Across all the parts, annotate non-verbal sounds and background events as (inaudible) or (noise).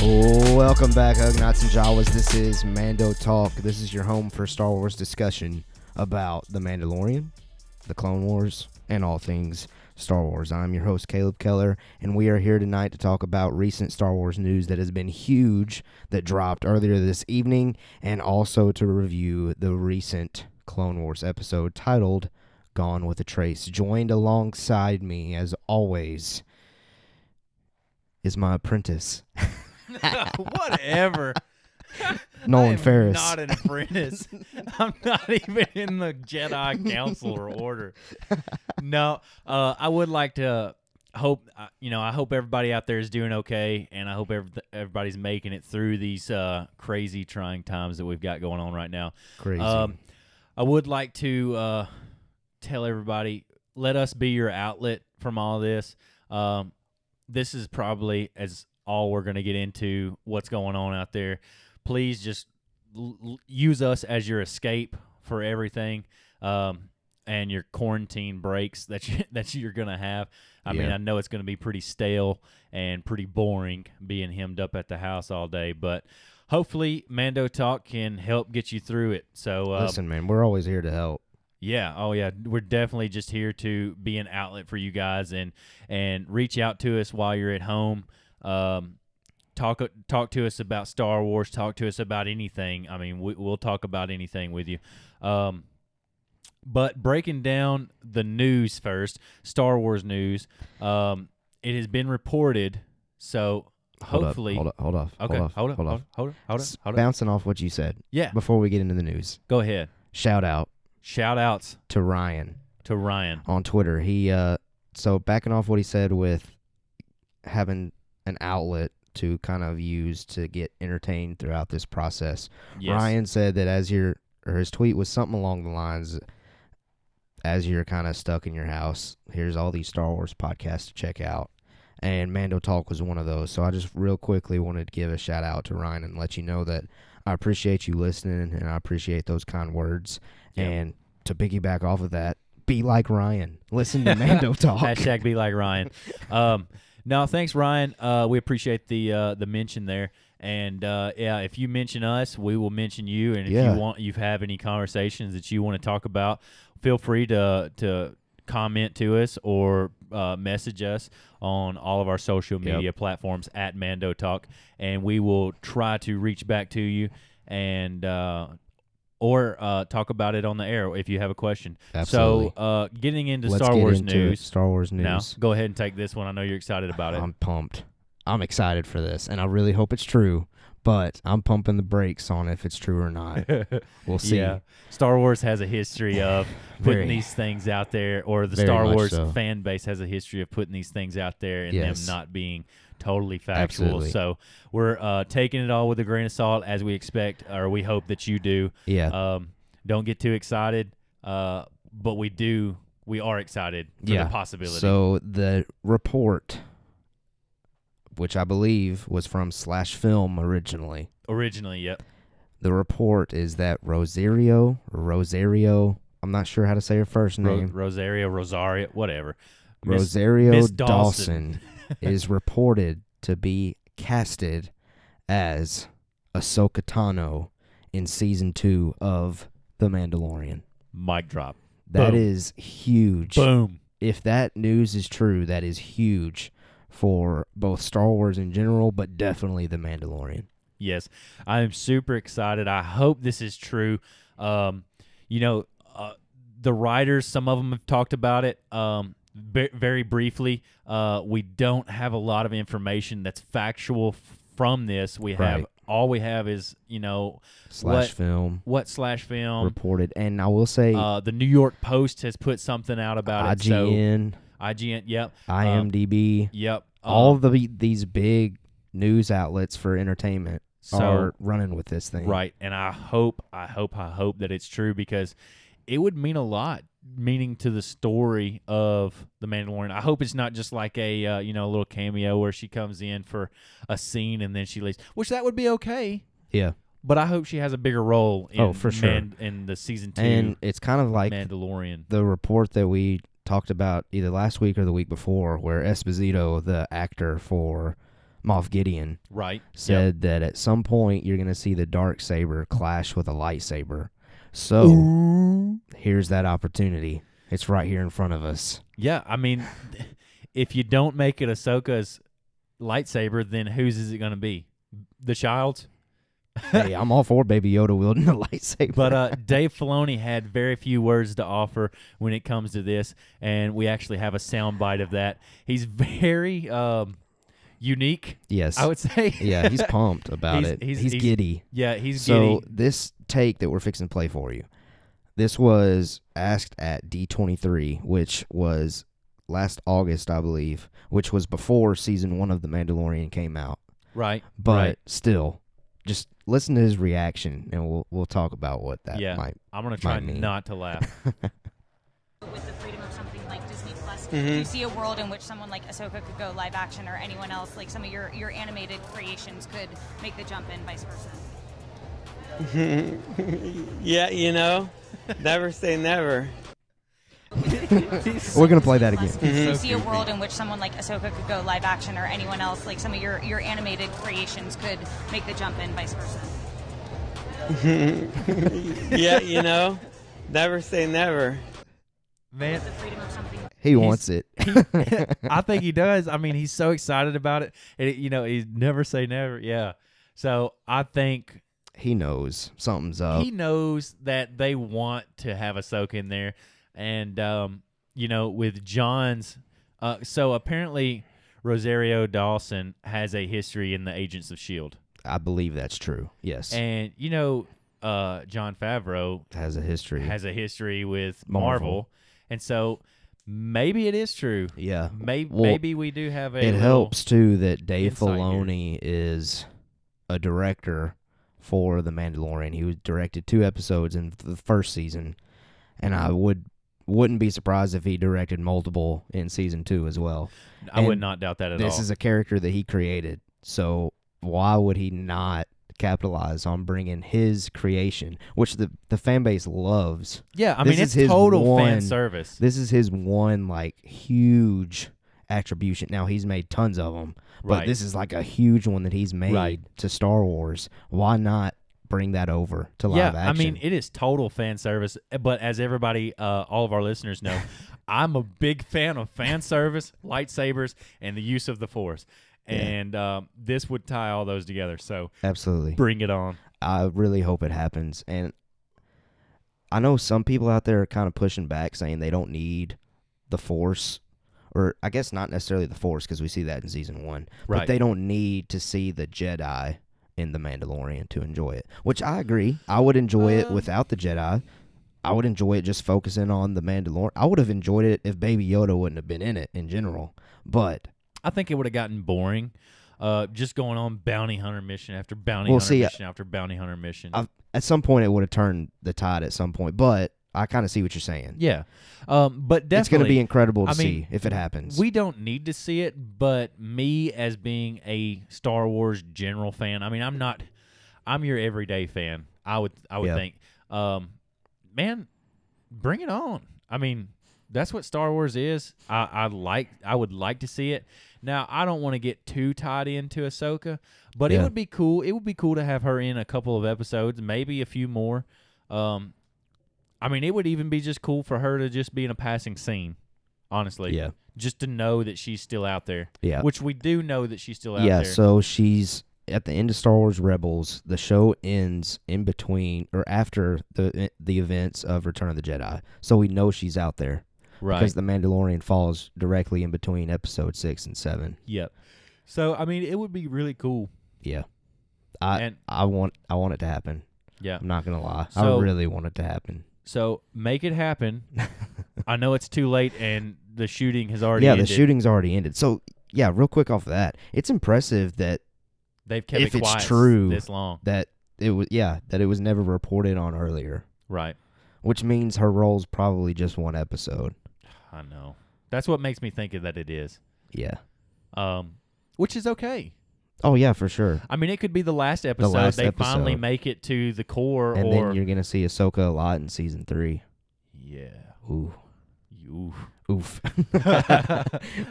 Welcome back, Ugnots and Jawas. This is Mando Talk. This is your home for Star Wars discussion about The Mandalorian, The Clone Wars, and all things Star Wars. I'm your host, Caleb Keller, and we are here tonight to talk about recent Star Wars news that has been huge that dropped earlier this evening, and also to review the recent Clone Wars episode titled Gone with a Trace. Joined alongside me, as always, is my apprentice. Whatever. I Nolan am Ferris. Not an apprentice. I'm not even in the Jedi Council or Order. No, uh, I would like to hope uh, you know. I hope everybody out there is doing okay, and I hope everyth- everybody's making it through these uh, crazy, trying times that we've got going on right now. Crazy. Um, I would like to uh, tell everybody let us be your outlet from all this. Um, this is probably as all we're going to get into what's going on out there. Please just l- l- use us as your escape for everything um, and your quarantine breaks that you, (laughs) that you're going to have. I mean, Yeah. I know it's going to be pretty stale and pretty boring being hemmed up at the house all day, but hopefully Mando Talk can help get you through it. So uh, Listen, man, we're always here to help. yeah, oh yeah, we're definitely just here to be an outlet for you guys and and reach out to us while you're at home. Um, talk talk to us about Star Wars. Talk to us about anything. I mean, we, we'll talk about anything with you. Um, but breaking down the news first, Star Wars news. Um, it has been reported. So Hold up, hopefully, hold up, hold off, okay, hold off, hold up, hold hold off. up, hold up, hold up, S- hold up. Bouncing off what you said Yeah, before we get into the news. go ahead. Shout out Shout outs to Ryan to Ryan. on Twitter. He uh, so backing off what he said with having an outlet to kind of use to get entertained throughout this process. Yes. Ryan said that as your or his tweet was something along the lines as you're kind of stuck in your house, here's all these Star Wars podcasts to check out. And Mando Talk was one of those. So I just real quickly wanted to give a shout out to Ryan and let you know that I appreciate you listening and I appreciate those kind words. Yeah. And to piggyback off of that, be like Ryan. Listen (laughs) to Mando Talk. Hashtag be like Ryan. Um, no, thanks, Ryan. Uh, we appreciate the uh, the mention there. And uh, yeah, if you mention us, we will mention you. And if Yeah. you want, you have any conversations that you want to talk about, feel free to to comment to us or uh, message us on all of our social Yep. media platforms at Mando Talk, and we will try to reach back to you and uh, or uh, talk about it on the air if you have a question. Absolutely. So, uh, getting into Let's Star get Wars into it. news. Star Wars news. Now, go ahead and take this one. I know you're excited about it. I'm pumped. I'm excited for this, and I really hope it's true. But I'm pumping the brakes on if it's true or (laughs) not. We'll Um, see. Yeah, Star Wars has a (laughs) history of Very. putting these things out there, or the Very Star much Wars so. fan base has a history of putting these things out there and Yes. them not being totally factual. Absolutely. So we're uh, taking it all with a grain of salt, as we expect, or we hope that you do. Yeah, Um, don't get too excited, uh, but we do. We are excited for Yeah. the possibility. So the report, which I believe was from Slash Film originally, Originally, yep. the report is that Rosario, Rosario, I'm not sure how to say her first Ro- name, Rosaria, Rosaria, whatever. Miss- Rosario Miss Dawson, Dawson. (laughs) is reported to be casted as Ahsoka Tano in season two of The Mandalorian. mic drop. That Boom. is huge. Boom. If that news is true, that is huge for both Star Wars in general, but definitely The Mandalorian. Yes, I am super excited. I hope this is true. Um, you know, uh, the writers, some of them have talked about it. Um, ve- very briefly, uh, we don't have a lot of information that's factual f- from this. We have Right. all we have is you know Slash What- film what slash film. reported, and I will say Uh, the New York Post has put something out about it. So uh, IGN, IGN, yep, IMDb, yep. all um, of the these big news outlets for entertainment so are running with this thing. Right. And I hope, I hope, I hope that it's true because it would mean a lot, meaning to the story of The Mandalorian. I hope it's not just like a, uh, you know, a little cameo where she comes in for a scene and then she leaves, which that would be okay. Yeah. But I hope she has a bigger role in, Oh, for sure. Man- in the season two And it's kind of like Mandalorian. the report that we talked about either last week or the week before, where Esposito, the actor for Moff Gideon Right. said that at some point you're going to see the dark saber clash with a lightsaber. So Oh. here's that opportunity. It's right here in front of us. Yeah, I mean, (laughs) if you don't make it Ahsoka's lightsaber, then whose is it going to be? The child's? hey, I'm all for Baby Yoda wielding a (laughs) lightsaber. But uh, Dave Filoni had very few words to offer when it comes to this, and we actually have a soundbite of that. He's very um, unique, yes, I would say. (laughs) (laughs) yeah, he's pumped about He's- it. he's- He's, he's giddy. yeah, he's so giddy. this take that we're fixing to play for you, this was asked at D23, which was last August, I believe, which was before season one of The Mandalorian came out. right. But Right. still, just listen to his reaction, and we'll we'll talk about what that Yeah. might. I'm gonna try might mean. not to laugh. (laughs) with the freedom of something like Disney Plus, do you see a world in which someone like Ahsoka could go live action, or anyone else, like some of your your animated creations, could make the jump and vice versa? Yeah, you know, never say never. We're gonna play that Plus, (laughs) again. Do you see a world in which someone like Ahsoka could go live action, or anyone else, like some of your your animated creations, could make the jump and vice versa? Yeah, you know, never say never. (laughs) Man, (laughs) The freedom of something. He wants it. I think he does. I mean, he's so excited about it, and it, you know, he never say never. Yeah. So I think (laughs) he knows something's up. he knows that they want to have Ahsoka in there, and um, you know, with John's, uh, so apparently Rosario Dawson has a history in the Agents of Shield, I believe that's true. Yes, E and you know, uh, John Favreau has a history. has a history with Marvel, Marvel. and so maybe it is true. yeah, Maybe Well, maybe we do have a. it little- helps too that Dave insight here. Filoni is a director for The Mandalorian. He was directed two episodes in the first season, and I would wouldn't be surprised if he directed multiple in season two as well. I would and not doubt that at this all. is a character that he created, so why would he not capitalize on bringing his creation, which the the fan base loves? yeah, I this mean is it's his total fan one- service. This is his one like huge attribution. Now he's made tons of them, but Right. this is like a huge one that he's made Right. to Star Wars. Why not bring that over to live yeah, action? I mean, it is total fan service. But as everybody, uh, all of our (laughs) listeners know, I'm a big fan of fan service, lightsabers, and the use of the force. And um, this would tie all those together. So absolutely. bring it on. I really hope it happens. And I know some people out there are kind of pushing back, saying they don't need the Force, or I guess not necessarily the Force, because we see that in season one. Right. But they don't need to see the Jedi in the Mandalorian to enjoy it. Which I agree. I would enjoy it without the Jedi. I would enjoy it just focusing on the Mandalorian. I would have enjoyed it if Baby Yoda wouldn't have been in it in general. But I think it would have gotten boring. Uh, just going on bounty hunter mission after bounty Well, hunter see, uh, mission after bounty hunter mission. I've, at some point, it would have turned the tide. At some point, but I kind of see what you're saying. yeah, um, but definitely it's going to be incredible to I mean, see if it happens. We don't need to see it, but me as being a Star Wars general fan, I mean, I'm not, I'm your everyday fan. I would, I would Yeah. think, um, man, bring it on. I mean, that's what Star Wars is. I, I like, I would like to see it. Now, I don't want to get too tied into Ahsoka, but it Yeah. would be cool. It would be cool to have her in a couple of episodes, maybe a few more. Um, I mean, it would even be just cool for her to just be in a passing scene, honestly. Yeah. Just to know that she's still out there. Yeah. Which we do know that she's still out yeah, there. so she's at the end of Star Wars Rebels. The show ends in between or after the eh, the events of Return of the Jedi, so we know she's out there right. because the Mandalorian falls directly in between Episode six and seven. yep. So I mean, it would be really cool. Yeah, I And- I want I want it to happen. Yeah. I'm not gonna lie, So- I really want it to happen. So make (laughs) it happen. I know it's too late, and the shooting has already. yeah, ended. the shooting's already ended. So yeah, real quick off that, it's impressive that They've kept if it it's quiet true- this long. that it was yeah that it was never reported on earlier. Right. which means her role's probably just one episode. I know. That's what makes me think of that it is. Yeah. Um, which is okay. Oh yeah, for sure. I mean, it could be the last episode. last they finally episode. make it to the core, And or then you're gonna see Ahsoka a lot in season three. yeah. Ooh, You- (laughs) (laughs) Ooh. Oof.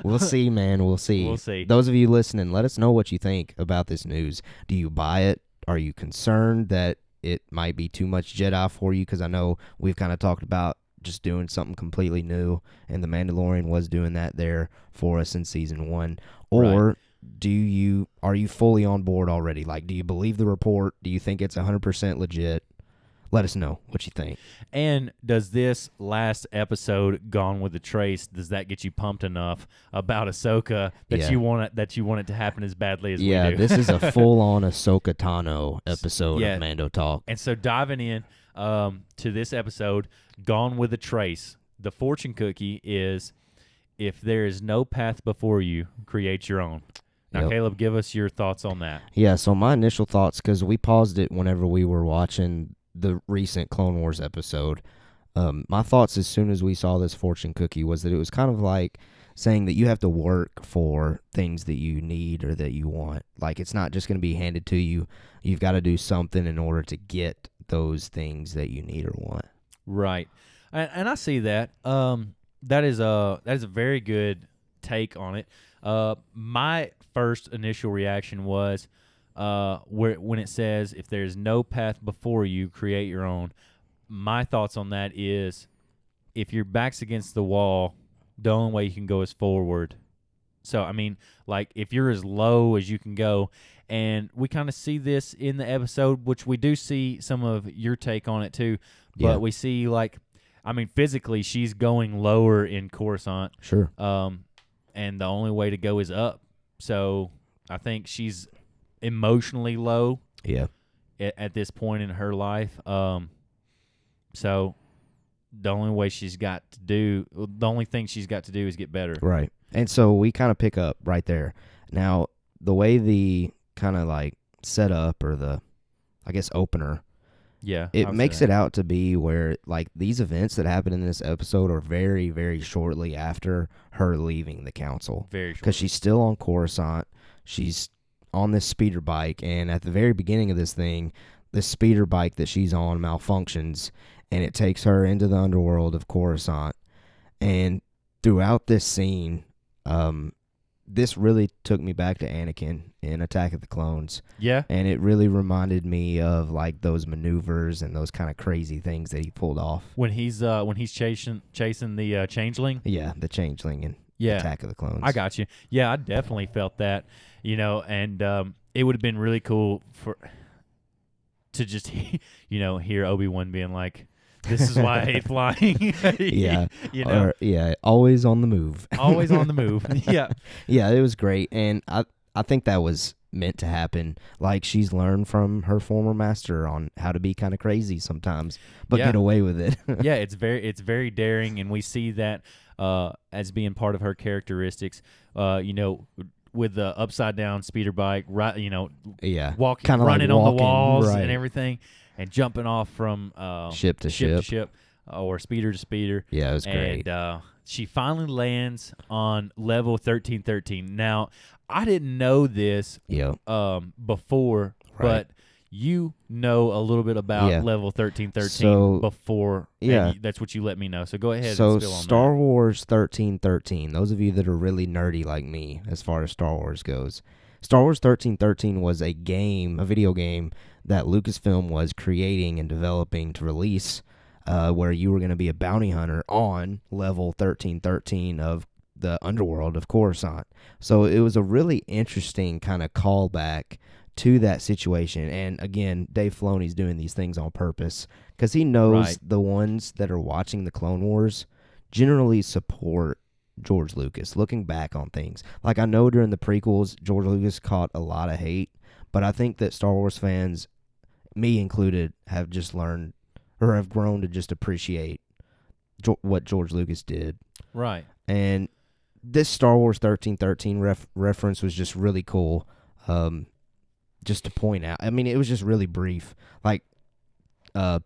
we'll see, man. We'll see. We'll see. Those of you listening, let us know what you think about this news. Do you buy it? Are you concerned that it might be too much Jedi for you? Because I know we've kind of talked about just doing something completely new, and The Mandalorian was doing that there for us in season one. Or. Do you are you fully on board already? Like, do you believe the report? Do you think it's hundred percent legit? Let us know what you think. And does this last episode, Gone with the Trace, does that get you pumped enough about Ahsoka that Yeah. you want it that you want it to happen as badly as Yeah, we do? this is (laughs) a full-on Ahsoka Tano episode Yeah. of Mando Talk. And so diving in um, to this episode, Gone with a Trace, the fortune cookie is if there is no path before you, create your own. Now, Yep. Caleb, give us your thoughts on that. Yeah, so my initial thoughts because we paused it whenever we were watching the recent Clone Wars episode. Um, my thoughts as soon as we saw this fortune cookie was that it was kind of like saying that you have to work for things that you need or that you want. Like it's not just going to be handed to you. You've got to do something in order to get those things that you need or want. Right, and, and I see that. Um, that is a that is a very good take on it. Uh, my first initial reaction was, uh, where when it says if there is no path before you, create your own. My thoughts on that is, if your back's against the wall, the only way you can go is forward. So I mean, like if you're as low as you can go, and we kind of see this in the episode, which we do see some of your take on it too. But Yeah. we see like, I mean, physically she's going lower in Coruscant, Sure. um, and the only way to go is up. So I think she's emotionally low Yeah. at, at this point in her life. Um, so the only way she's got to do, the only thing she's got to do is get better. Right. And so we kind of pick up right there. Now, the way the kind of like setup or the, I guess, opener, Yeah, it makes it out to be where like these events that happen in this episode are very, very shortly after her leaving the council very short. because she's still on Coruscant. She's on this speeder bike, and at the very beginning of this thing, this speeder bike that she's on malfunctions, and it takes her into the underworld of Coruscant. And throughout this scene, um, this really took me back to Anakin in Attack of the Clones Yeah, and it really reminded me of like those maneuvers and those kind of crazy things that he pulled off. when he's uh when he's chasing chasing the uh, changeling. Yeah, the changeling and Yeah, Attack of the Clones. I got you. Yeah, I definitely felt that. You know, and um, it would have been really cool for to just (laughs) you know hear Obi Wan being like, "This is why (laughs) I hate flying." (laughs) Yeah, you know, Or- yeah, always on the move. (laughs) always on the move. (laughs) yeah, yeah, it was great, and I I think that was meant to happen. Like she's learned from her former master on how to be kind of crazy sometimes, but Yeah. get away with it. (laughs) yeah, it's very it's very daring, and we see that uh, as being part of her characteristics. Uh, you know, with the upside down speeder bike, right? You know, yeah, walking, Uh, Kinda like running on walking, the walls right. and everything, and jumping off from uh, Ship to to ship. ship uh, or speeder to speeder. yeah, it was and great. uh, she finally lands on level thirteen thirteen. Now, I didn't know this yeah, um, before, Right. but you know a little bit about Yeah. level thirteen thirteen So- before. and yeah. you- that's what you let me know. So go ahead. So and spill on Star that. Wars thirteen thirteen. Those of you that are really nerdy like me, as far as Star Wars goes, Star Wars thirteen thirteen was a game, a video game that Lucasfilm was creating and developing to release, uh, where you were going to be a bounty hunter on level thirteen thirteen of the underworld of Coruscant. So it was a really interesting kind of callback to that situation. And again, Dave Filoni's doing these things on purpose because he knows Right. the ones that are watching the Clone Wars generally support George Lucas. Looking back on things, like I know during the prequels, George Lucas caught a lot of hate, but I think that Star Wars fans, me included, have just learned or have grown to just appreciate jo- what George Lucas did right? and this Star Wars thirteen thirteen ref- reference was just really cool. Um, just to point out, I mean, it was just really brief. Like, uh,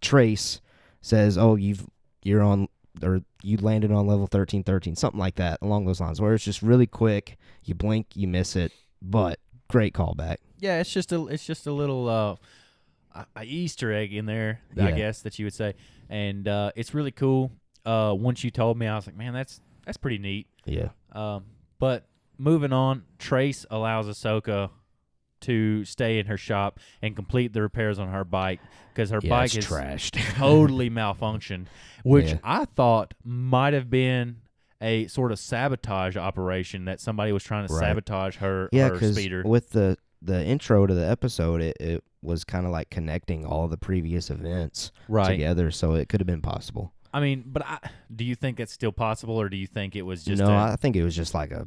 Trace says, "Oh, you've you're on or you landed on level thirteen thirteen, something like that, along those lines." Where it's just really quick. You blink, you miss it, but great callback. Yeah, it's just a it's just a little uh, a- a Easter egg in there, Yeah. I guess that you would say, and uh, it's really cool. uh, once you told me, I was like, man, that's that's pretty neat. Yeah. Um, but moving on, Trace allows Ahsoka to stay in her shop and complete the repairs on her bike because her yeah bike it's is trashed. (laughs) totally malfunctioned, which Yeah. I thought might have been a sort of sabotage operation that somebody was trying to Right. sabotage her yeah, her because speeder. with the the intro to the episode, it, it was kind of like connecting all the previous events Right. together, so it could have been possible. I mean, but I, do you think that's still possible, or do you think it was just no, a, I think it was just like a,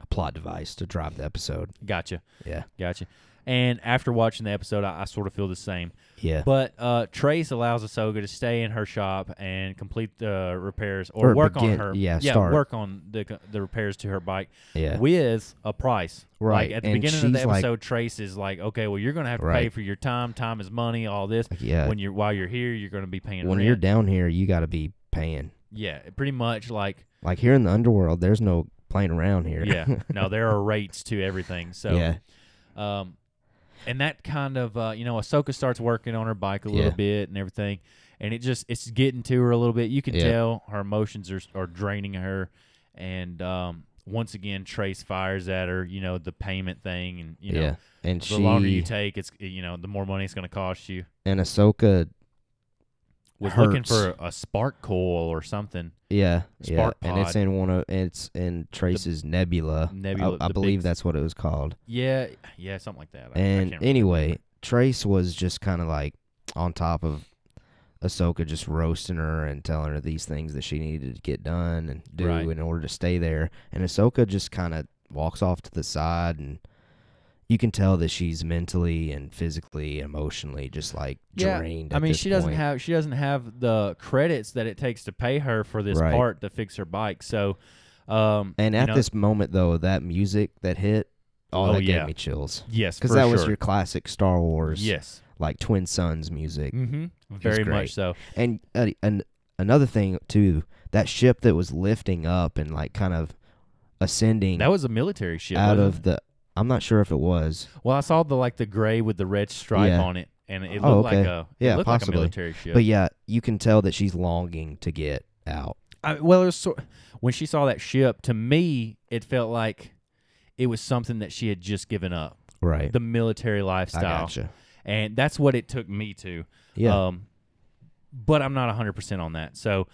a plot device to drive the episode. gotcha, Yeah, gotcha? And after watching the episode, I, I sort of feel the same. yeah. But uh, Trace allows Ahsoka to stay in her shop and complete the repairs or, Or work on begin- her. yeah, yeah start. work on the co- the repairs to her bike. Yeah. with a price. Right, Like at the and beginning of the she's like- episode, Trace is like, "Okay, well, you're gonna have to pay Right. for your time. Time is money. All this. Yeah. When you're while you're here, you're gonna be paying when rent. you're down here, you got to be paying. yeah, pretty much like Like here in the underworld, there's no playing around here. (laughs) yeah. No, there are rates to everything. So yeah, Um, and that kind of uh, you know, Ahsoka starts working on her bike a little Yeah. bit and everything, and it just it's getting to her a little bit. You can Yeah. tell her emotions are are draining her, and um, once again, Trace fires at her. You know the payment thing, and you know yeah. And the she longer you take, it's you know the more money it's going to cost you. and Ahsoka, Was looking Hurts. for a, spark coil or something. yeah, Spark yeah. And it's pod. in one of it's in Trace's Nebula. Nebula, I, I the big believe s- that's what it was called. Yeah, yeah, something like that. I- And I can't remember. anyway, Trace was just kind of like on top of Ahsoka, just roasting her and telling her these things that she needed to get done and do Right. in order to stay there. And Ahsoka just kind of walks off to the side, and you can tell that she's mentally and physically, emotionally, just like drained. I at mean, this she doesn't point. have she doesn't have the credits that it takes to pay her for this Right. part to fix her bike. So, um, And you at know- this moment, though, that music that hit, oh, Oh, that yeah. gave me chills yes, because for that was sure. your classic Star Wars, yes, like Twin Sons music. hmm very great. much so. And uh, and another thing too, that ship that was lifting up and like kind of ascending That was a military ship. out wasn't of the, I'm not sure if it was. it? well, I saw the like the gray with the red stripe Yeah. on it, and it looked Oh, like okay. a it Yeah, looked possibly. like a military ship. But yeah, you can tell that she's longing to get out. I, well, it was sort, when she saw that ship, to me, it felt like it was something that she had just given up Right. the military I lifestyle. gotcha. and that's what it took me to. Yeah. Um, but I'm not 100% on that. So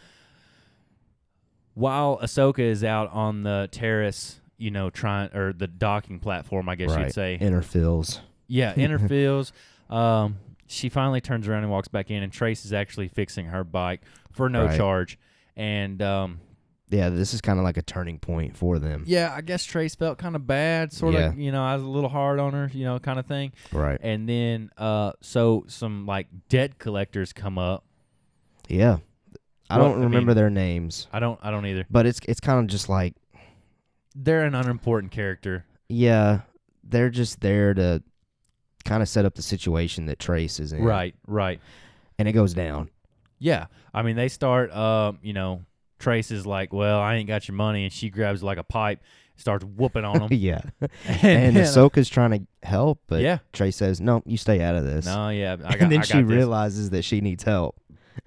while Ahsoka is out on the terrace, you know, trying or the docking platform, I guess right. you'd say. (laughs) Inner feels. yeah, in her fields, um, she finally turns around and walks back in, and Trace is actually fixing her bike for no Right. charge. And um, Yeah, this is kind of like a turning point for them. yeah, I guess Trace felt kind of bad, sort Yeah. of, you know, I was a little hard on her, you know, kind of thing. Right. And then, uh, so some like debt collectors come up. Yeah. I What- don't I remember mean- their names, I don't, I don't either. but it's it's kind of just like they're an unimportant character. yeah, they're just there to kind of set up the situation that Trace is in. Right, right. And it goes down. Yeah. I mean, they start, um, you know, Trace is like, well, I ain't got your money. And she grabs like a pipe, starts (laughs) whooping on them. yeah. and And then, Ahsoka's trying to help, but Yeah. Trace says, "No, you stay out of this." No, yeah. I got, and then I she got this." realizes that she needs help.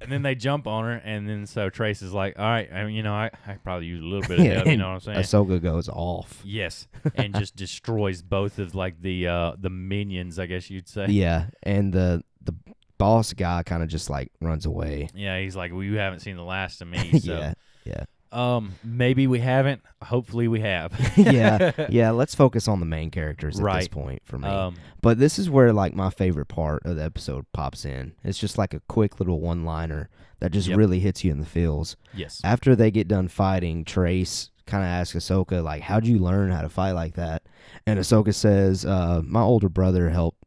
And then they jump on her. And then so Trace is like, all right, I mean, you know, I, I probably use a little (laughs) bit of help. You know what I'm saying? Ahsoka goes off. (laughs) yes. And just destroys both of like the uh, the minions, I guess you'd say. Yeah, and the the boss guy kind of just like runs away. (laughs) Yeah, he's like, well, you haven't seen the last of me. So, yeah, (laughs) yeah, um, maybe we haven't. Hopefully, we (laughs) have. yeah, yeah. Let's focus on the main characters at this Right. point for me. um, But this is where like my favorite part of the episode pops in. It's just like a quick little one liner that just Yep. really hits you in the feels. yes. After they get done fighting, Trace kind of asks Ahsoka like, "How'd you learn how to fight like that?" And Ahsoka says, uh, "My older brother helped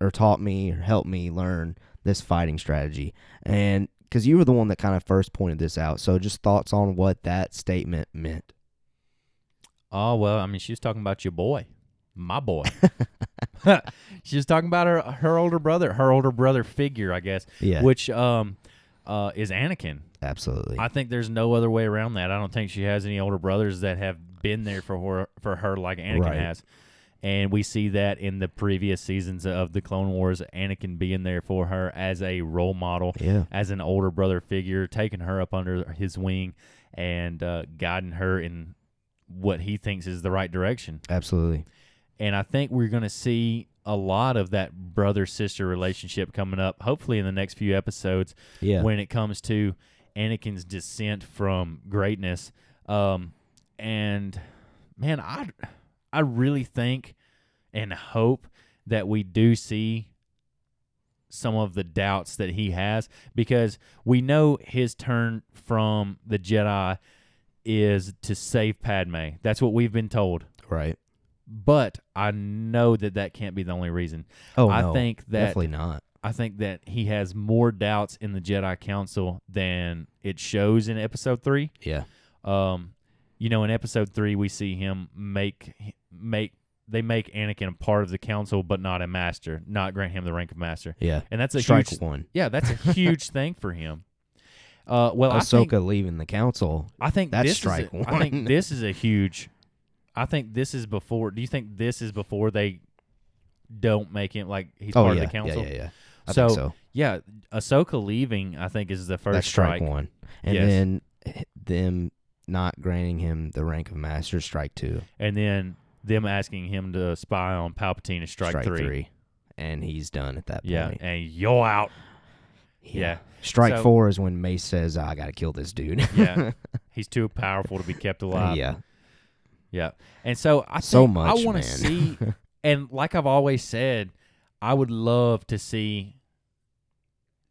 or taught me or helped me learn this fighting strategy." And because you were the one that kind of first pointed this out, so just thoughts on what that statement meant. Oh well, I mean, she was talking about your boy, (laughs) my boy. (laughs) she was talking about her her older brother, her older brother figure, I guess, Yeah, which um uh is Anakin. absolutely. I think there's no other way around that. I don't think she has any older brothers that have been there for her for her like Anakin Right. has. and we see that in the previous seasons of the Clone Wars, Anakin being there for her as a role model, Yeah. as an older brother figure, taking her up under his wing and uh, guiding her in what he thinks is the right direction. Absolutely. And I think we're going to see a lot of that brother sister relationship coming up, hopefully in the next few episodes Yeah. when it comes to Anakin's descent from greatness. Um, and man, I I really think and hope that we do see some of the doubts that he has because we know his turn from the Jedi is to save Padme. That's what we've been told. right. But I know that that can't be the only reason. Oh, I no, think that definitely not. I think that he has more doubts in the Jedi Council than it shows in episode three. Yeah. Um, you know, in episode three, we see him make make they make Anakin a part of the council, but not a master, not grant him the rank of master, Yeah. and that's a Strike huge, one. (laughs) yeah, that's a (laughs) huge thing for him. Uh, well, I Ahsoka think leaving the council. I think That's this is strike a- I one. think this (laughs) is a huge. I think this is before. Do you think this is before they don't make him like he's Oh part yeah. of the council? Yeah, yeah, yeah. I so, think so. yeah, Ahsoka leaving, I think, is the first That's strike, strike. one, and Yes. then h- them not granting him the rank of master. Strike two. And then them asking him to spy on Palpatine is strike, three. and he's done at that Yeah, point. and you're out. yeah. Strike So- four is when Mace says, "Ah, "I got to kill this (laughs) dude." (laughs) Yeah. He's too powerful to be kept alive. yeah. Yeah. And so I think So much, I want man. (laughs) to see and like I've always said, I would love to see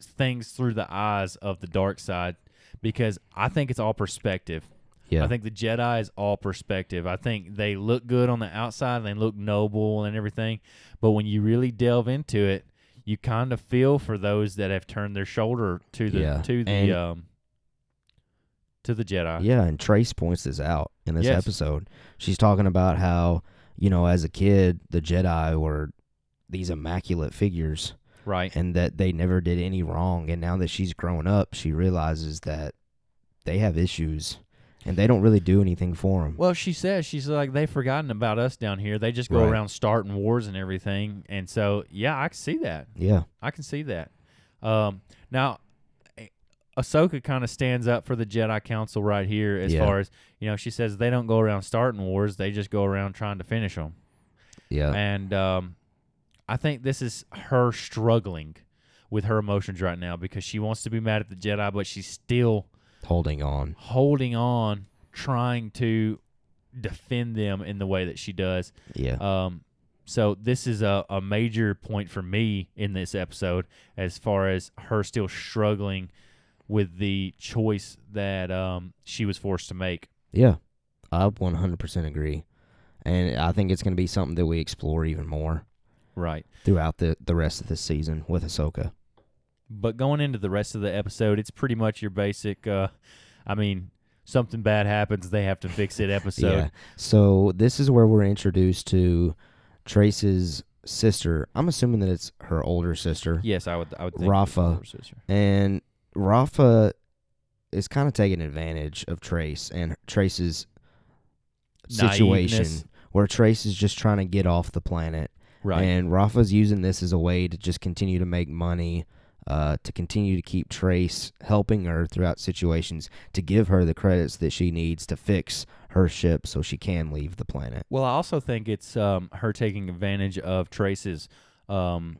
things through the eyes of the dark side because I think it's all perspective. Yeah. I think the Jedi is all perspective. I think they look good on the outside, they look noble and everything, but when you really delve into it, you kind of feel for those that have turned their shoulder to the Yeah. to the And- um to the Jedi. Yeah, and Trace points this out in this uh, Yes. episode. She's talking about how, you know, as a kid, the Jedi were these immaculate figures Right. and that they never did any wrong. And now that she's grown up, she realizes that they have issues and they don't really do anything for them. Well, she says she's like they've forgotten about us down here. They just go Right. around starting wars and everything. And so, yeah, I can see that. yeah, I can see that. Um, now, eh, Ahsoka kind of stands up for the Jedi Council right here, as Yeah. far as you know. She says they don't go around starting wars; they just go around trying to finish them. yeah, And um, I think this is her struggling with her emotions right now because she wants to be mad at the Jedi, but she's still holding on. holding on, trying to defend them in the way that she does. Yeah, Um, so this is a, a major point for me in this episode as far as her still struggling with the choice that um, she was forced to make. yeah. I 100% agree. And I think it's going to be something that we explore even more Right. throughout the, the rest of this season with Ahsoka. But going into the rest of the episode, it's pretty much your basic, uh, I mean, something bad happens, they have to fix it episode. yeah. So this is where we're introduced to Trace's sister. I'm assuming that it's her older sister. Yes, I would. I would think Rafa. And Rafa is kind of taking advantage of Trace and Trace's situation Naiveness. where Trace is just trying to get off the planet. Right. And Rafa's using this as a way to just continue to make money. Uh, to continue to keep Trace helping her throughout situations, to give her the credits that she needs to fix her ship so she can leave the planet. Well, I also think it's um, her taking advantage of Trace's um,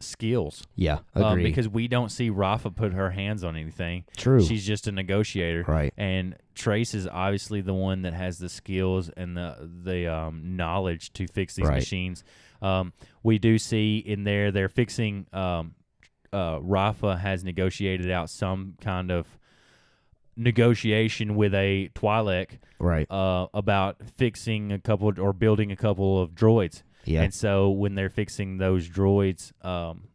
skills Yeah, uh, agree. because we don't see Rafa put her hands on anything. True. She's just a negotiator, right. and Trace is obviously the one that has the skills and the the um, knowledge to fix these Right. machines. Um, we do see in there they're fixing. Um, uh, Rafa has negotiated out some kind of negotiation with a Twi'lek Right. uh, about fixing a couple or building a couple of droids. Yeah. And so when they're fixing those droids, um,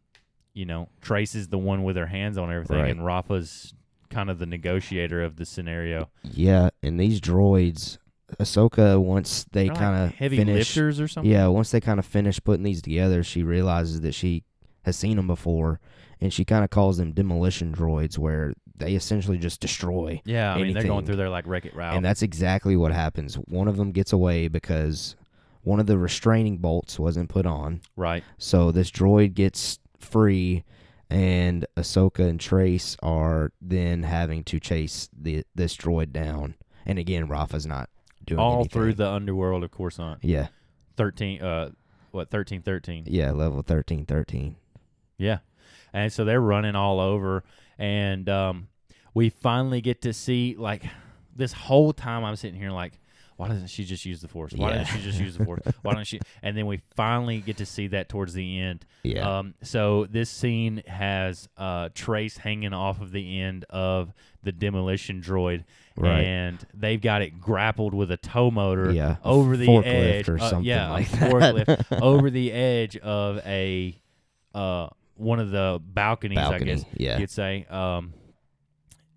you know, Trace is the one with her hands on everything, Right. and Rafa's kind of the negotiator of the scenario. yeah, and these droids, Ahsoka, once they They're like kind of heavy finish, lifters or something. yeah, once they kind of finish putting these together, she realizes that she has seen them before, and she kind of calls them demolition droids, where they essentially just destroy. Yeah, I mean they're going Anything. through their like Wreck It Ralph. And that's exactly what happens. One of them gets away because one of the restraining bolts wasn't put on. Right. So this droid gets free, and Ahsoka and Trace are then having to chase the this droid down. And again, Rafa's not doing All through anything. the underworld of Coruscant. yeah Thirteen. Uh, what? Thirteen. Thirteen. yeah level thirteen thirteen. Yeah. And so they're running all over. And um, we finally get to see, like, this whole time I'm sitting here, like, why doesn't she just use the force? Why doesn't Yeah. she just use the force? Why don't she? And then we finally get to see that towards the end. Yeah. Um, so this scene has uh, Trace hanging off of the end of the demolition droid, Right. and they've got it grappled with a tow motor Yeah, a over the forklift edge or uh, something yeah, a like that. (laughs) forklift over the edge of a uh, one of the balconies, Balcony, I guess yeah. you'd say. Um,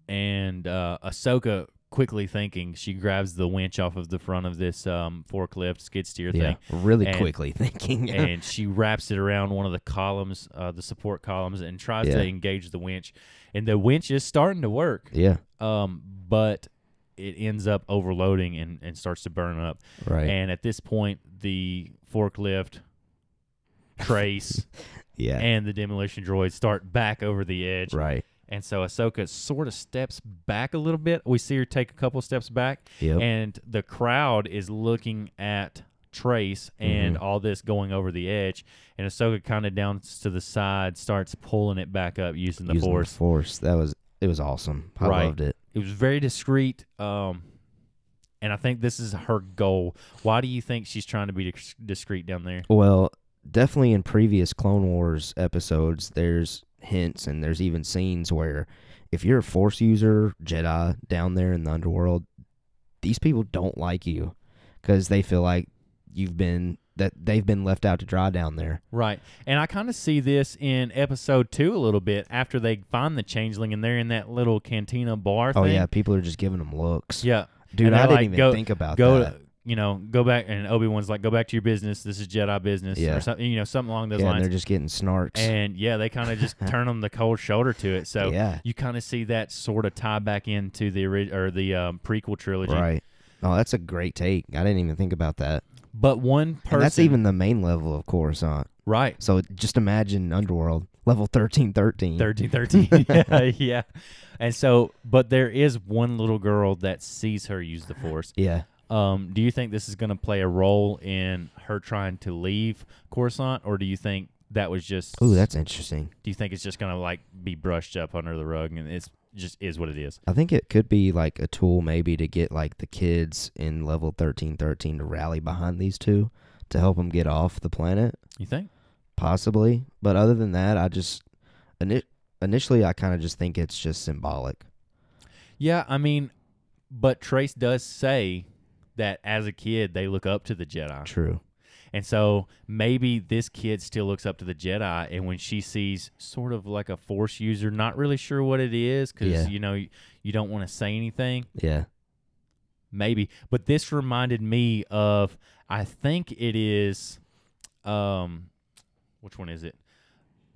and uh, Ahsoka quickly thinking, she grabs the winch off of the front of this um, forklift skid steer Yeah, thing, really And- quickly (laughs) thinking. and she wraps it around one of the columns, uh, the support columns, and tries Yeah. to engage the winch. And the winch is starting to work, yeah, um, but it ends up overloading and, and starts to burn up. right. And at this point, the forklift trace (laughs) yeah, and the demolition droid start back over the edge. right. And so Ahsoka sort of steps back a little bit. We see her take a couple steps back, Yep. and the crowd is looking at Trace and Mm-hmm. all this going over the edge. And Ahsoka kind of down to the side starts pulling it back up using the Using force. the force. That was it. Was awesome. I Right. loved it. It was very discreet. Um, and I think this is her goal. Why do you think she's trying to be dis- discreet down there? Well, definitely in previous Clone Wars episodes, there's hints and there's even scenes where if you're a Force user, Jedi down there in the underworld, these people don't like you because they feel like you've been that they've been left out to dry down there. Right. And I kind of see this in episode two a little bit after they find the changeling and they're in that little cantina bar Oh thing. yeah, people are just giving them looks. Yeah. Dude, And I they're didn't like, even go, think about go that. To, you know, go back and Obi Wan's like, go back to your business. This is Jedi business, Yeah. or something. You know, something along those yeah, and lines. they're just getting snarks. and yeah, they kind (laughs) of just turn them the cold shoulder to it. So Yeah. you kind of see that sort of tie back into the ori- or the um, prequel trilogy. right. Oh, that's a great take. I didn't even think about that. But one person, And that's even the main level of Coruscant. (laughs) right. So just imagine Underworld level thirteen thirteen. 13 13 yeah, (laughs) yeah and so but there is one little girl that sees her use the force Yeah. Um, do you think this is going to play a role in her trying to leave Coruscant, or do you think that was just? Ooh, that's interesting. Do you think it's just going to like be brushed up under the rug and it's just is what it is? I think it could be like a tool maybe to get like the kids in level thirteen thirteen to rally behind these two to help them get off the planet, You think? possibly. But other than that, I just ini- initially I kind of just think it's just symbolic. Yeah, I mean, but Trace does say that as a kid they look up to the Jedi, True. and so maybe this kid still looks up to the Jedi, and when she sees sort of like a Force user, not really sure what it is because Yeah. you know you, you don't want to say anything. Yeah. maybe but this reminded me of i think it is um which one is it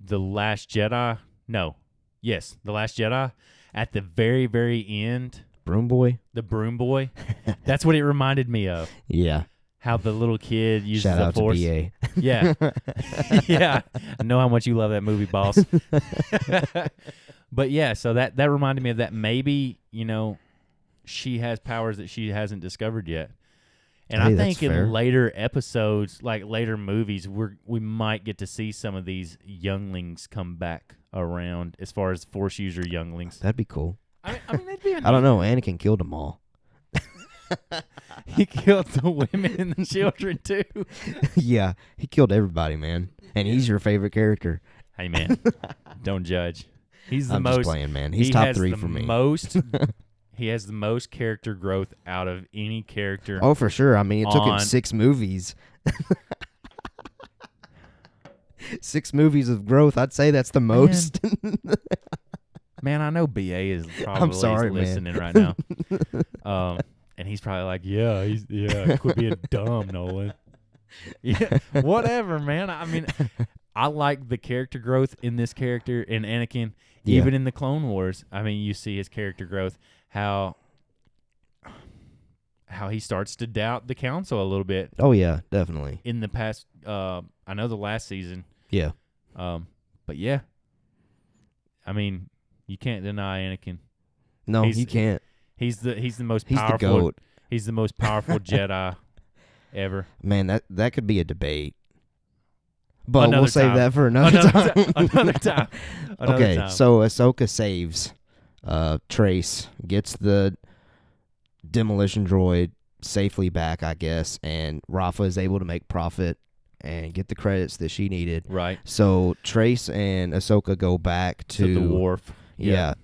the last jedi no yes the last jedi at the very very end Broom boy. the broom boy (laughs) that's what it reminded me of Yeah. how the little kid uses Shout the out force to BA. (laughs) yeah yeah i know how much you love that movie boss but yeah so that that reminded me of that maybe you know she has powers that she hasn't discovered yet and Hey, i that's think in fair. later episodes like later movies we're we might get to see some of these younglings come back around as far as force user younglings That'd be cool. i mean, I mean that'd be a I don't know. Anakin killed them all. (laughs) (laughs) he killed the women and the (laughs) children too yeah. He killed everybody, man. And he's your favorite character. hey man don't judge he's the I'm most just playing, man. He's he top has three the for me. (laughs) Most he has the most character growth out of any character. Oh, for sure. I mean, it took him on- six movies. (laughs) six movies of growth. I'd say that's the most. (laughs) Man, I know BA is probably sorry, man. listening (laughs) right now. um and he's probably like, Yeah, he's yeah, (laughs) quit being dumb, Nolan. Yeah. Whatever, man. I mean I like the character growth in this character in Anakin. Yeah. Even in the Clone Wars, I mean you see his character growth, how how he starts to doubt the council a little bit Oh yeah, definitely. in the past. Uh, I know the last season, Yeah. um, but yeah, I mean, you can't deny Anakin. No, He's- you can't. He's the he's the most He's the powerful. goat. He's the most (laughs) powerful Jedi ever. Man, that that could be a debate. But Another we'll save time. that for (laughs) another, (laughs) time. ti- another time. Another okay, time. so Ahsoka saves uh, Trace, gets the demolition droid safely back, I guess, and Rafa is able to make profit and get the credits that she needed. right So Trace and Ahsoka go back to, to, the wharf. Yeah,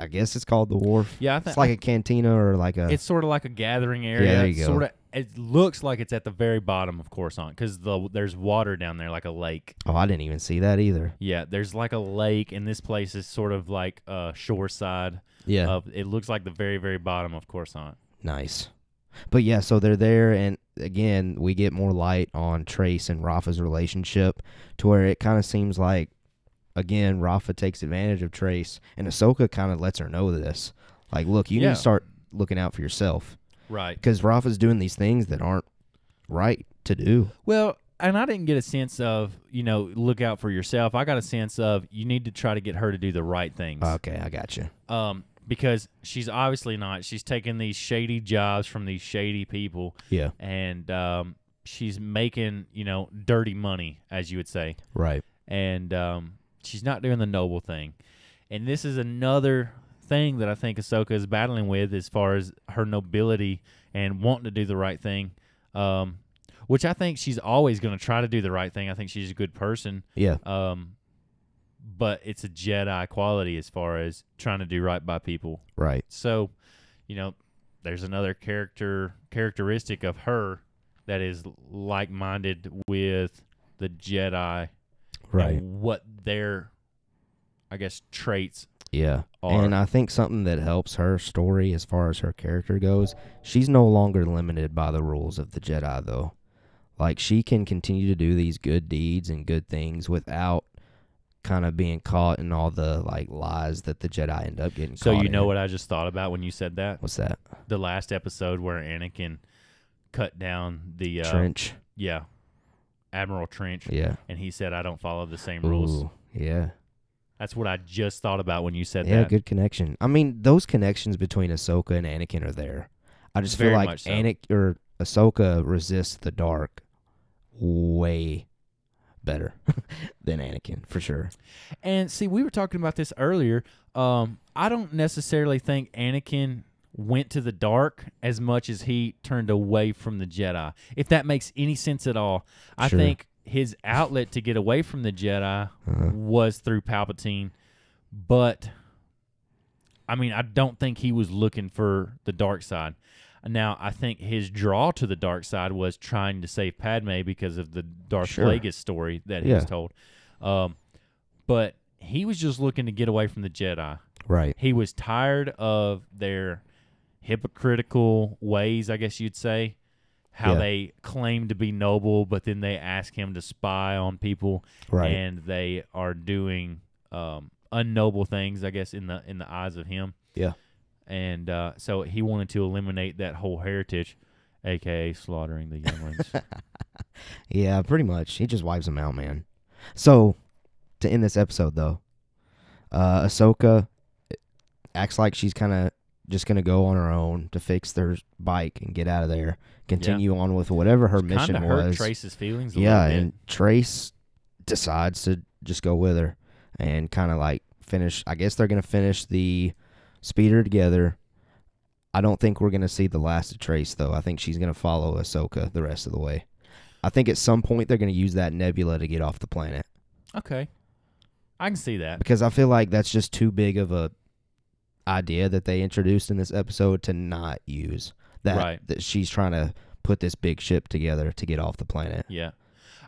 I guess it's called the wharf. Yeah, I think It's like a cantina or like a. it's sort of like a gathering area. there you It's go. Sort of, it looks like it's at the very bottom of Coruscant because the there's water down there like a lake. oh, I didn't even see that either. Yeah, there's like a lake, and this place is sort of like uh, shoreside. Yeah. Of it looks like the very very bottom of Coruscant. Nice. But yeah, so they're there, and again, we get more light on Trace and Rafa's relationship to where it kind of seems like, again, Rafa takes advantage of Trace, and Ahsoka kind of lets her know this. Like, look, you Yeah. need to start looking out for yourself Right. because Rafa's doing these things that aren't right to do. Well, and I didn't get a sense of you know look out for yourself. I got a sense of you need to try to get her to do the right things. Okay, I got you. um, because she's obviously not. She's taking these shady jobs from these shady people, Yeah, and um, she's making you know dirty money, as you would say, right. and um, she's not doing the noble thing. And this is another thing that I think Ahsoka is battling with, as far as her nobility and wanting to do the right thing. Um, which I think she's always going to try to do the right thing. I think she's a good person. Yeah, Um, but it's a Jedi quality as far as trying to do right by people. right. So, you know, there's another character characteristic of her that is like-minded with the Jedi, Right. And what their, I guess, traits Yeah. are. And I think something that helps her story as far as her character goes, she's no longer limited by the rules of the Jedi, though. Like, she can continue to do these good deeds and good things without kind of being caught in all the, like, lies that the Jedi end up getting So caught you know in. what I just thought about when you said that What's that? the last episode where Anakin cut down the uh, Trench. yeah, Admiral Trench, Yeah. and he said, "I don't follow the same rules." Ooh, yeah. That's what I just thought about when you said Yeah, that. good connection. I mean, those connections between Ahsoka and Anakin are there. I just Very feel like much so. Anakin or Ahsoka resists the dark way better (laughs) than Anakin for sure. And see, we were talking about this earlier. Um, I don't necessarily think Anakin went to the dark as much as he turned away from the Jedi. If that makes any sense at all, I Sure. think his outlet to get away from the Jedi Uh-huh. was through Palpatine. But I mean, I don't think he was looking for the dark side. Now, I think his draw to the dark side was trying to save Padme because of the Darth Sure. Plagueis story that he was Yeah. told. Um, but he was just looking to get away from the Jedi. Right. He was tired of their hypocritical ways, I guess you'd say, how Yeah. they claim to be noble, but then they ask him to spy on people, Right. and they are doing um, unnoble things, I guess, in the in the eyes of him. Yeah. And uh, so he wanted to eliminate that whole heritage, aka slaughtering (laughs) the younglings. Yeah, pretty much. He just wipes them out, man. So, to end this episode though, uh Ahsoka eh, acts like she's kind of just going to go on her own to fix their bike and get out of there. Continue on with whatever her mission Kinda hurt was. Trace's feelings. A yeah, little bit. and Trace decides to just go with her and kind of like finish. I guess they're gonna finish the speeder together. I don't think we're gonna see the last of Trace though. I think she's gonna follow Ahsoka the rest of the way. I think at some point they're gonna use that nebula to get off the planet okay, I can see that. because I feel like that's just too big of a idea that they introduced in this episode to not use that Right. that she's trying to put this big ship together to get off the planet. Yeah,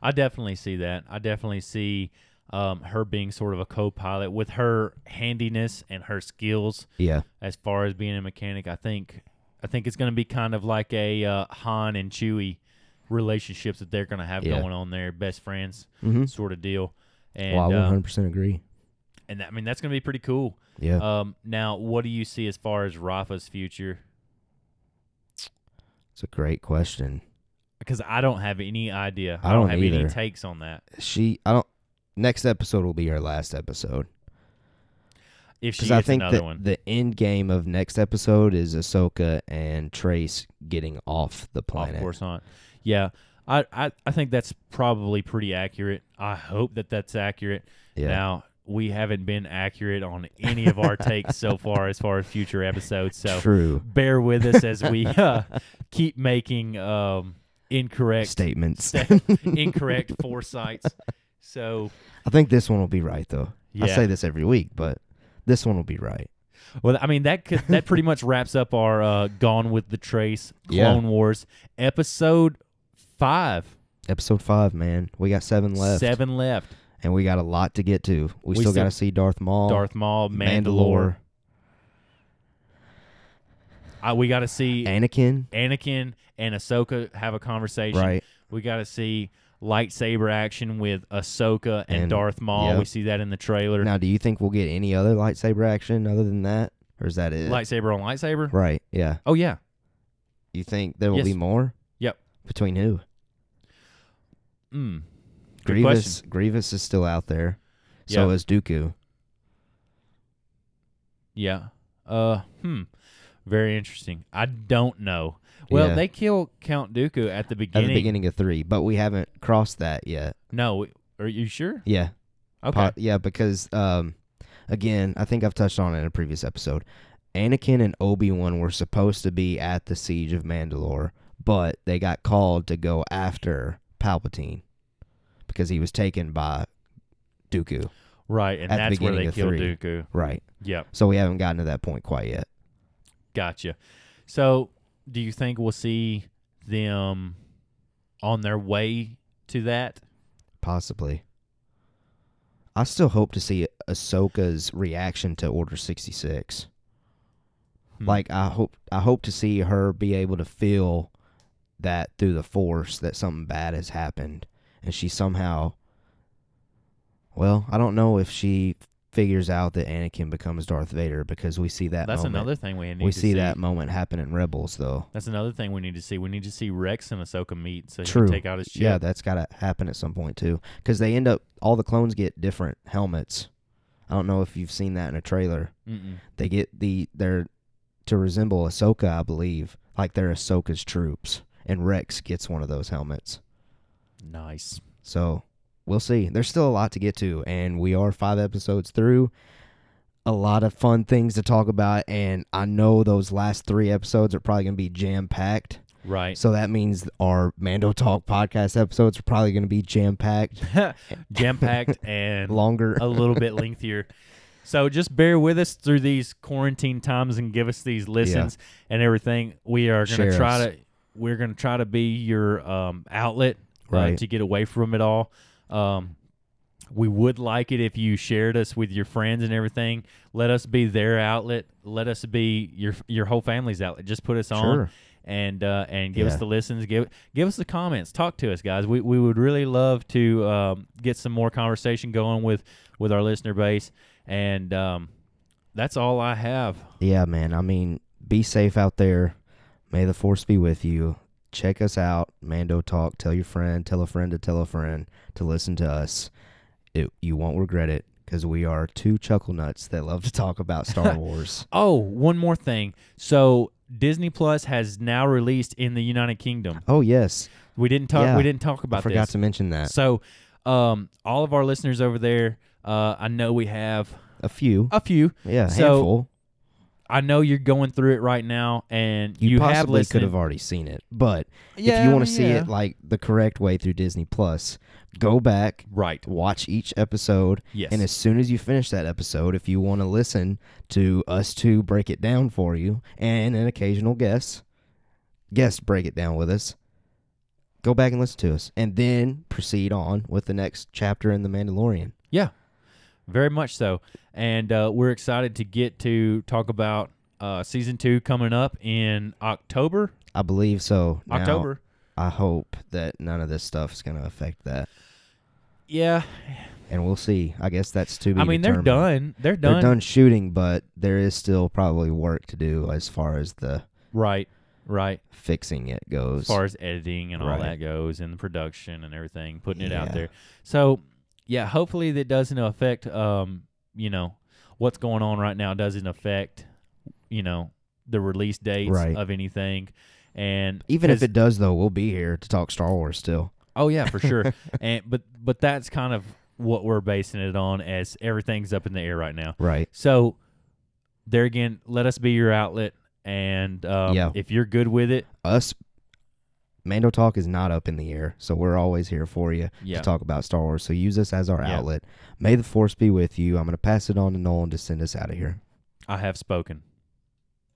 I definitely see that. I definitely see um, her being sort of a co-pilot with her handiness and her skills Yeah. as far as being a mechanic. I think I think it's going to be kind of like a uh, Han and Chewie relationships that they're going to have Yeah. going on there, best friends Mm-hmm. sort of deal. And Well, I um, 100% agree. and that, I mean that's going to be pretty cool. Yeah. Um, now, what do you see as far as Rafa's future? It's a great question. Because I don't have any idea. I I don't don't have either. any takes on that. She, I don't. Next episode will be her last episode If she because gets I think another that one, the end game of next episode is Ahsoka and Trace getting off the off planet. Coruscant. Yeah, I, I I think that's probably pretty accurate. I hope that that's accurate. Yeah. Now we haven't been accurate on any of our (laughs) takes so far, as far as future episodes. So True bear with us as we uh, keep making um, incorrect statements. (laughs) incorrect foresights. So I think this one will be right though. I Yeah. say this every week, but this one will be right. Well, I mean that could, that pretty much wraps up our uh, Gone with the Trace Yeah. Clone Wars episode five. Episode five, man. We got seven left, Seven left. and we got a lot to get to. We, We still still- got to see Darth Maul, Darth Maul, Mandalore. Uh, we got to see Anakin, Anakin and Ahsoka have a conversation. right? We got to see lightsaber action with Ahsoka and, And- Darth Maul. yep. We see that in the trailer. Now, do you think we'll get any other lightsaber action other than that, or is that it? lightsaber on lightsaber. uh, right? Yeah. Oh yeah. You think there will be Yes. more? Yep. Between who? Mm. Good Grievous. question. Grievous is still out there. So Yeah. is Dooku. Yeah. Uh. Hmm. Very interesting. I don't know. Well, Yeah. they kill Count Dooku at the at beginning. the beginning of three, but we haven't crossed that yet. No. Are you sure? Yeah. Okay. Po- yeah, because um, again, I think I've touched on it in a previous episode. Anakin and Obi Wan were supposed to be at the siege of Mandalore, but they got called to go after Palpatine because he was taken by Dooku. right, and at the that's where beginning they of kill three. Dooku. Right. Yep. So we haven't gotten to that point quite yet. Gotcha. So, do you think we'll see them on their way to that? Possibly. I still hope to see Ahsoka's reaction to Order sixty six. Hmm. Like I hope I hope to see her be able to feel that through the force that something bad has happened and she somehow well, I don't know if she figures out that Anakin becomes Darth Vader because we see that That's moment. another thing we need we to see that moment happen in Rebels though. That's another thing we need to see. We need to see Rex and Ahsoka meet so he True. can take out his chip. Yeah, that's got to happen at some point too, because they end up all the clones get different helmets. I don't know if you've seen that in a trailer. Mm-mm. They get the they're to resemble Ahsoka, I believe, like they're Ahsoka's troops, and Rex gets one of those helmets. Nice. So we'll see. There's still a lot to get to, and we are five episodes through. A lot of fun things to talk about, and I know those last three episodes are probably gonna be jam packed. (laughs) Right. So that means our Mando Talk podcast episodes are probably going to be jam (laughs) packed, Jam packed and longer. a little bit lengthier. So just bear with us through these quarantine times and give us these listens and everything. We are going Share to try us. to we're going to try to be your um, outlet uh, Right. to get away from it all. Um, we would like it if you shared us with your friends and everything. Let us be their outlet. Let us be your your whole family's outlet. Just put us (laughs) on Sure. and uh, and give us Yeah. the listens. Give give us the comments. Talk to us, guys. We we would really love to um, get some more conversation going with with our listener base. And um, that's all I have. yeah, man. I mean, be safe out there. May the force be with you. Check us out, Mando Talk. Tell your friend, tell a friend to tell a friend to listen to us. It, you won't regret it because we are two chuckle nuts that love to talk (laughs) about Star Wars. Oh, one more thing. So Disney Plus has now released in the United Kingdom. Oh yes, We didn't talk. Yeah. We didn't talk I about forgot this. to mention that. So, um, all of our listeners over there, uh, I know we have A few, a few. yeah, a Oh. so- handful. I know you're going through it right now, and You, you, have possibly listened. could have already seen it, but Yeah, if you I want to mean, see yeah. it like the correct way through Disney Plus, go back, right. watch each episode, Yes. and as soon as you finish that episode, if you want to listen to us two break it down for you and an occasional guest, guest break it down with us, go back and listen to us, and then proceed on with the next chapter in The Mandalorian. Yeah, very much so. And uh, we're excited to get to talk about uh, season two coming up in October. I believe so. Now, October. I hope that none of this stuff is going to affect that, Yeah, and we'll see. I guess that's to be. I mean they're determined. done. They're they're done. done shooting, but there is still probably work to do as far as the Right. right? fixing it goes. As far as editing and all Right. that goes, and the production and everything, putting it out Yeah. there. So, yeah, hopefully that doesn't affect, um, you know, what's going on right now doesn't affect, you know, the release dates Right. of anything. And Even if 'cause- it does, though, we'll be here to talk Star Wars still. Oh yeah, (laughs) for sure. and but but that's kind of what we're basing it on as everything's up in the air right now. Right. So there again, let us be your outlet and um, Yeah. if you're good with it, Us, Mando Talk is not up in the air, so we're always here for you Yeah. to talk about Star Wars. So use us as our Yeah. outlet. May the Force be with you. I'm going to pass it on to Nolan to send us out of here. I have spoken.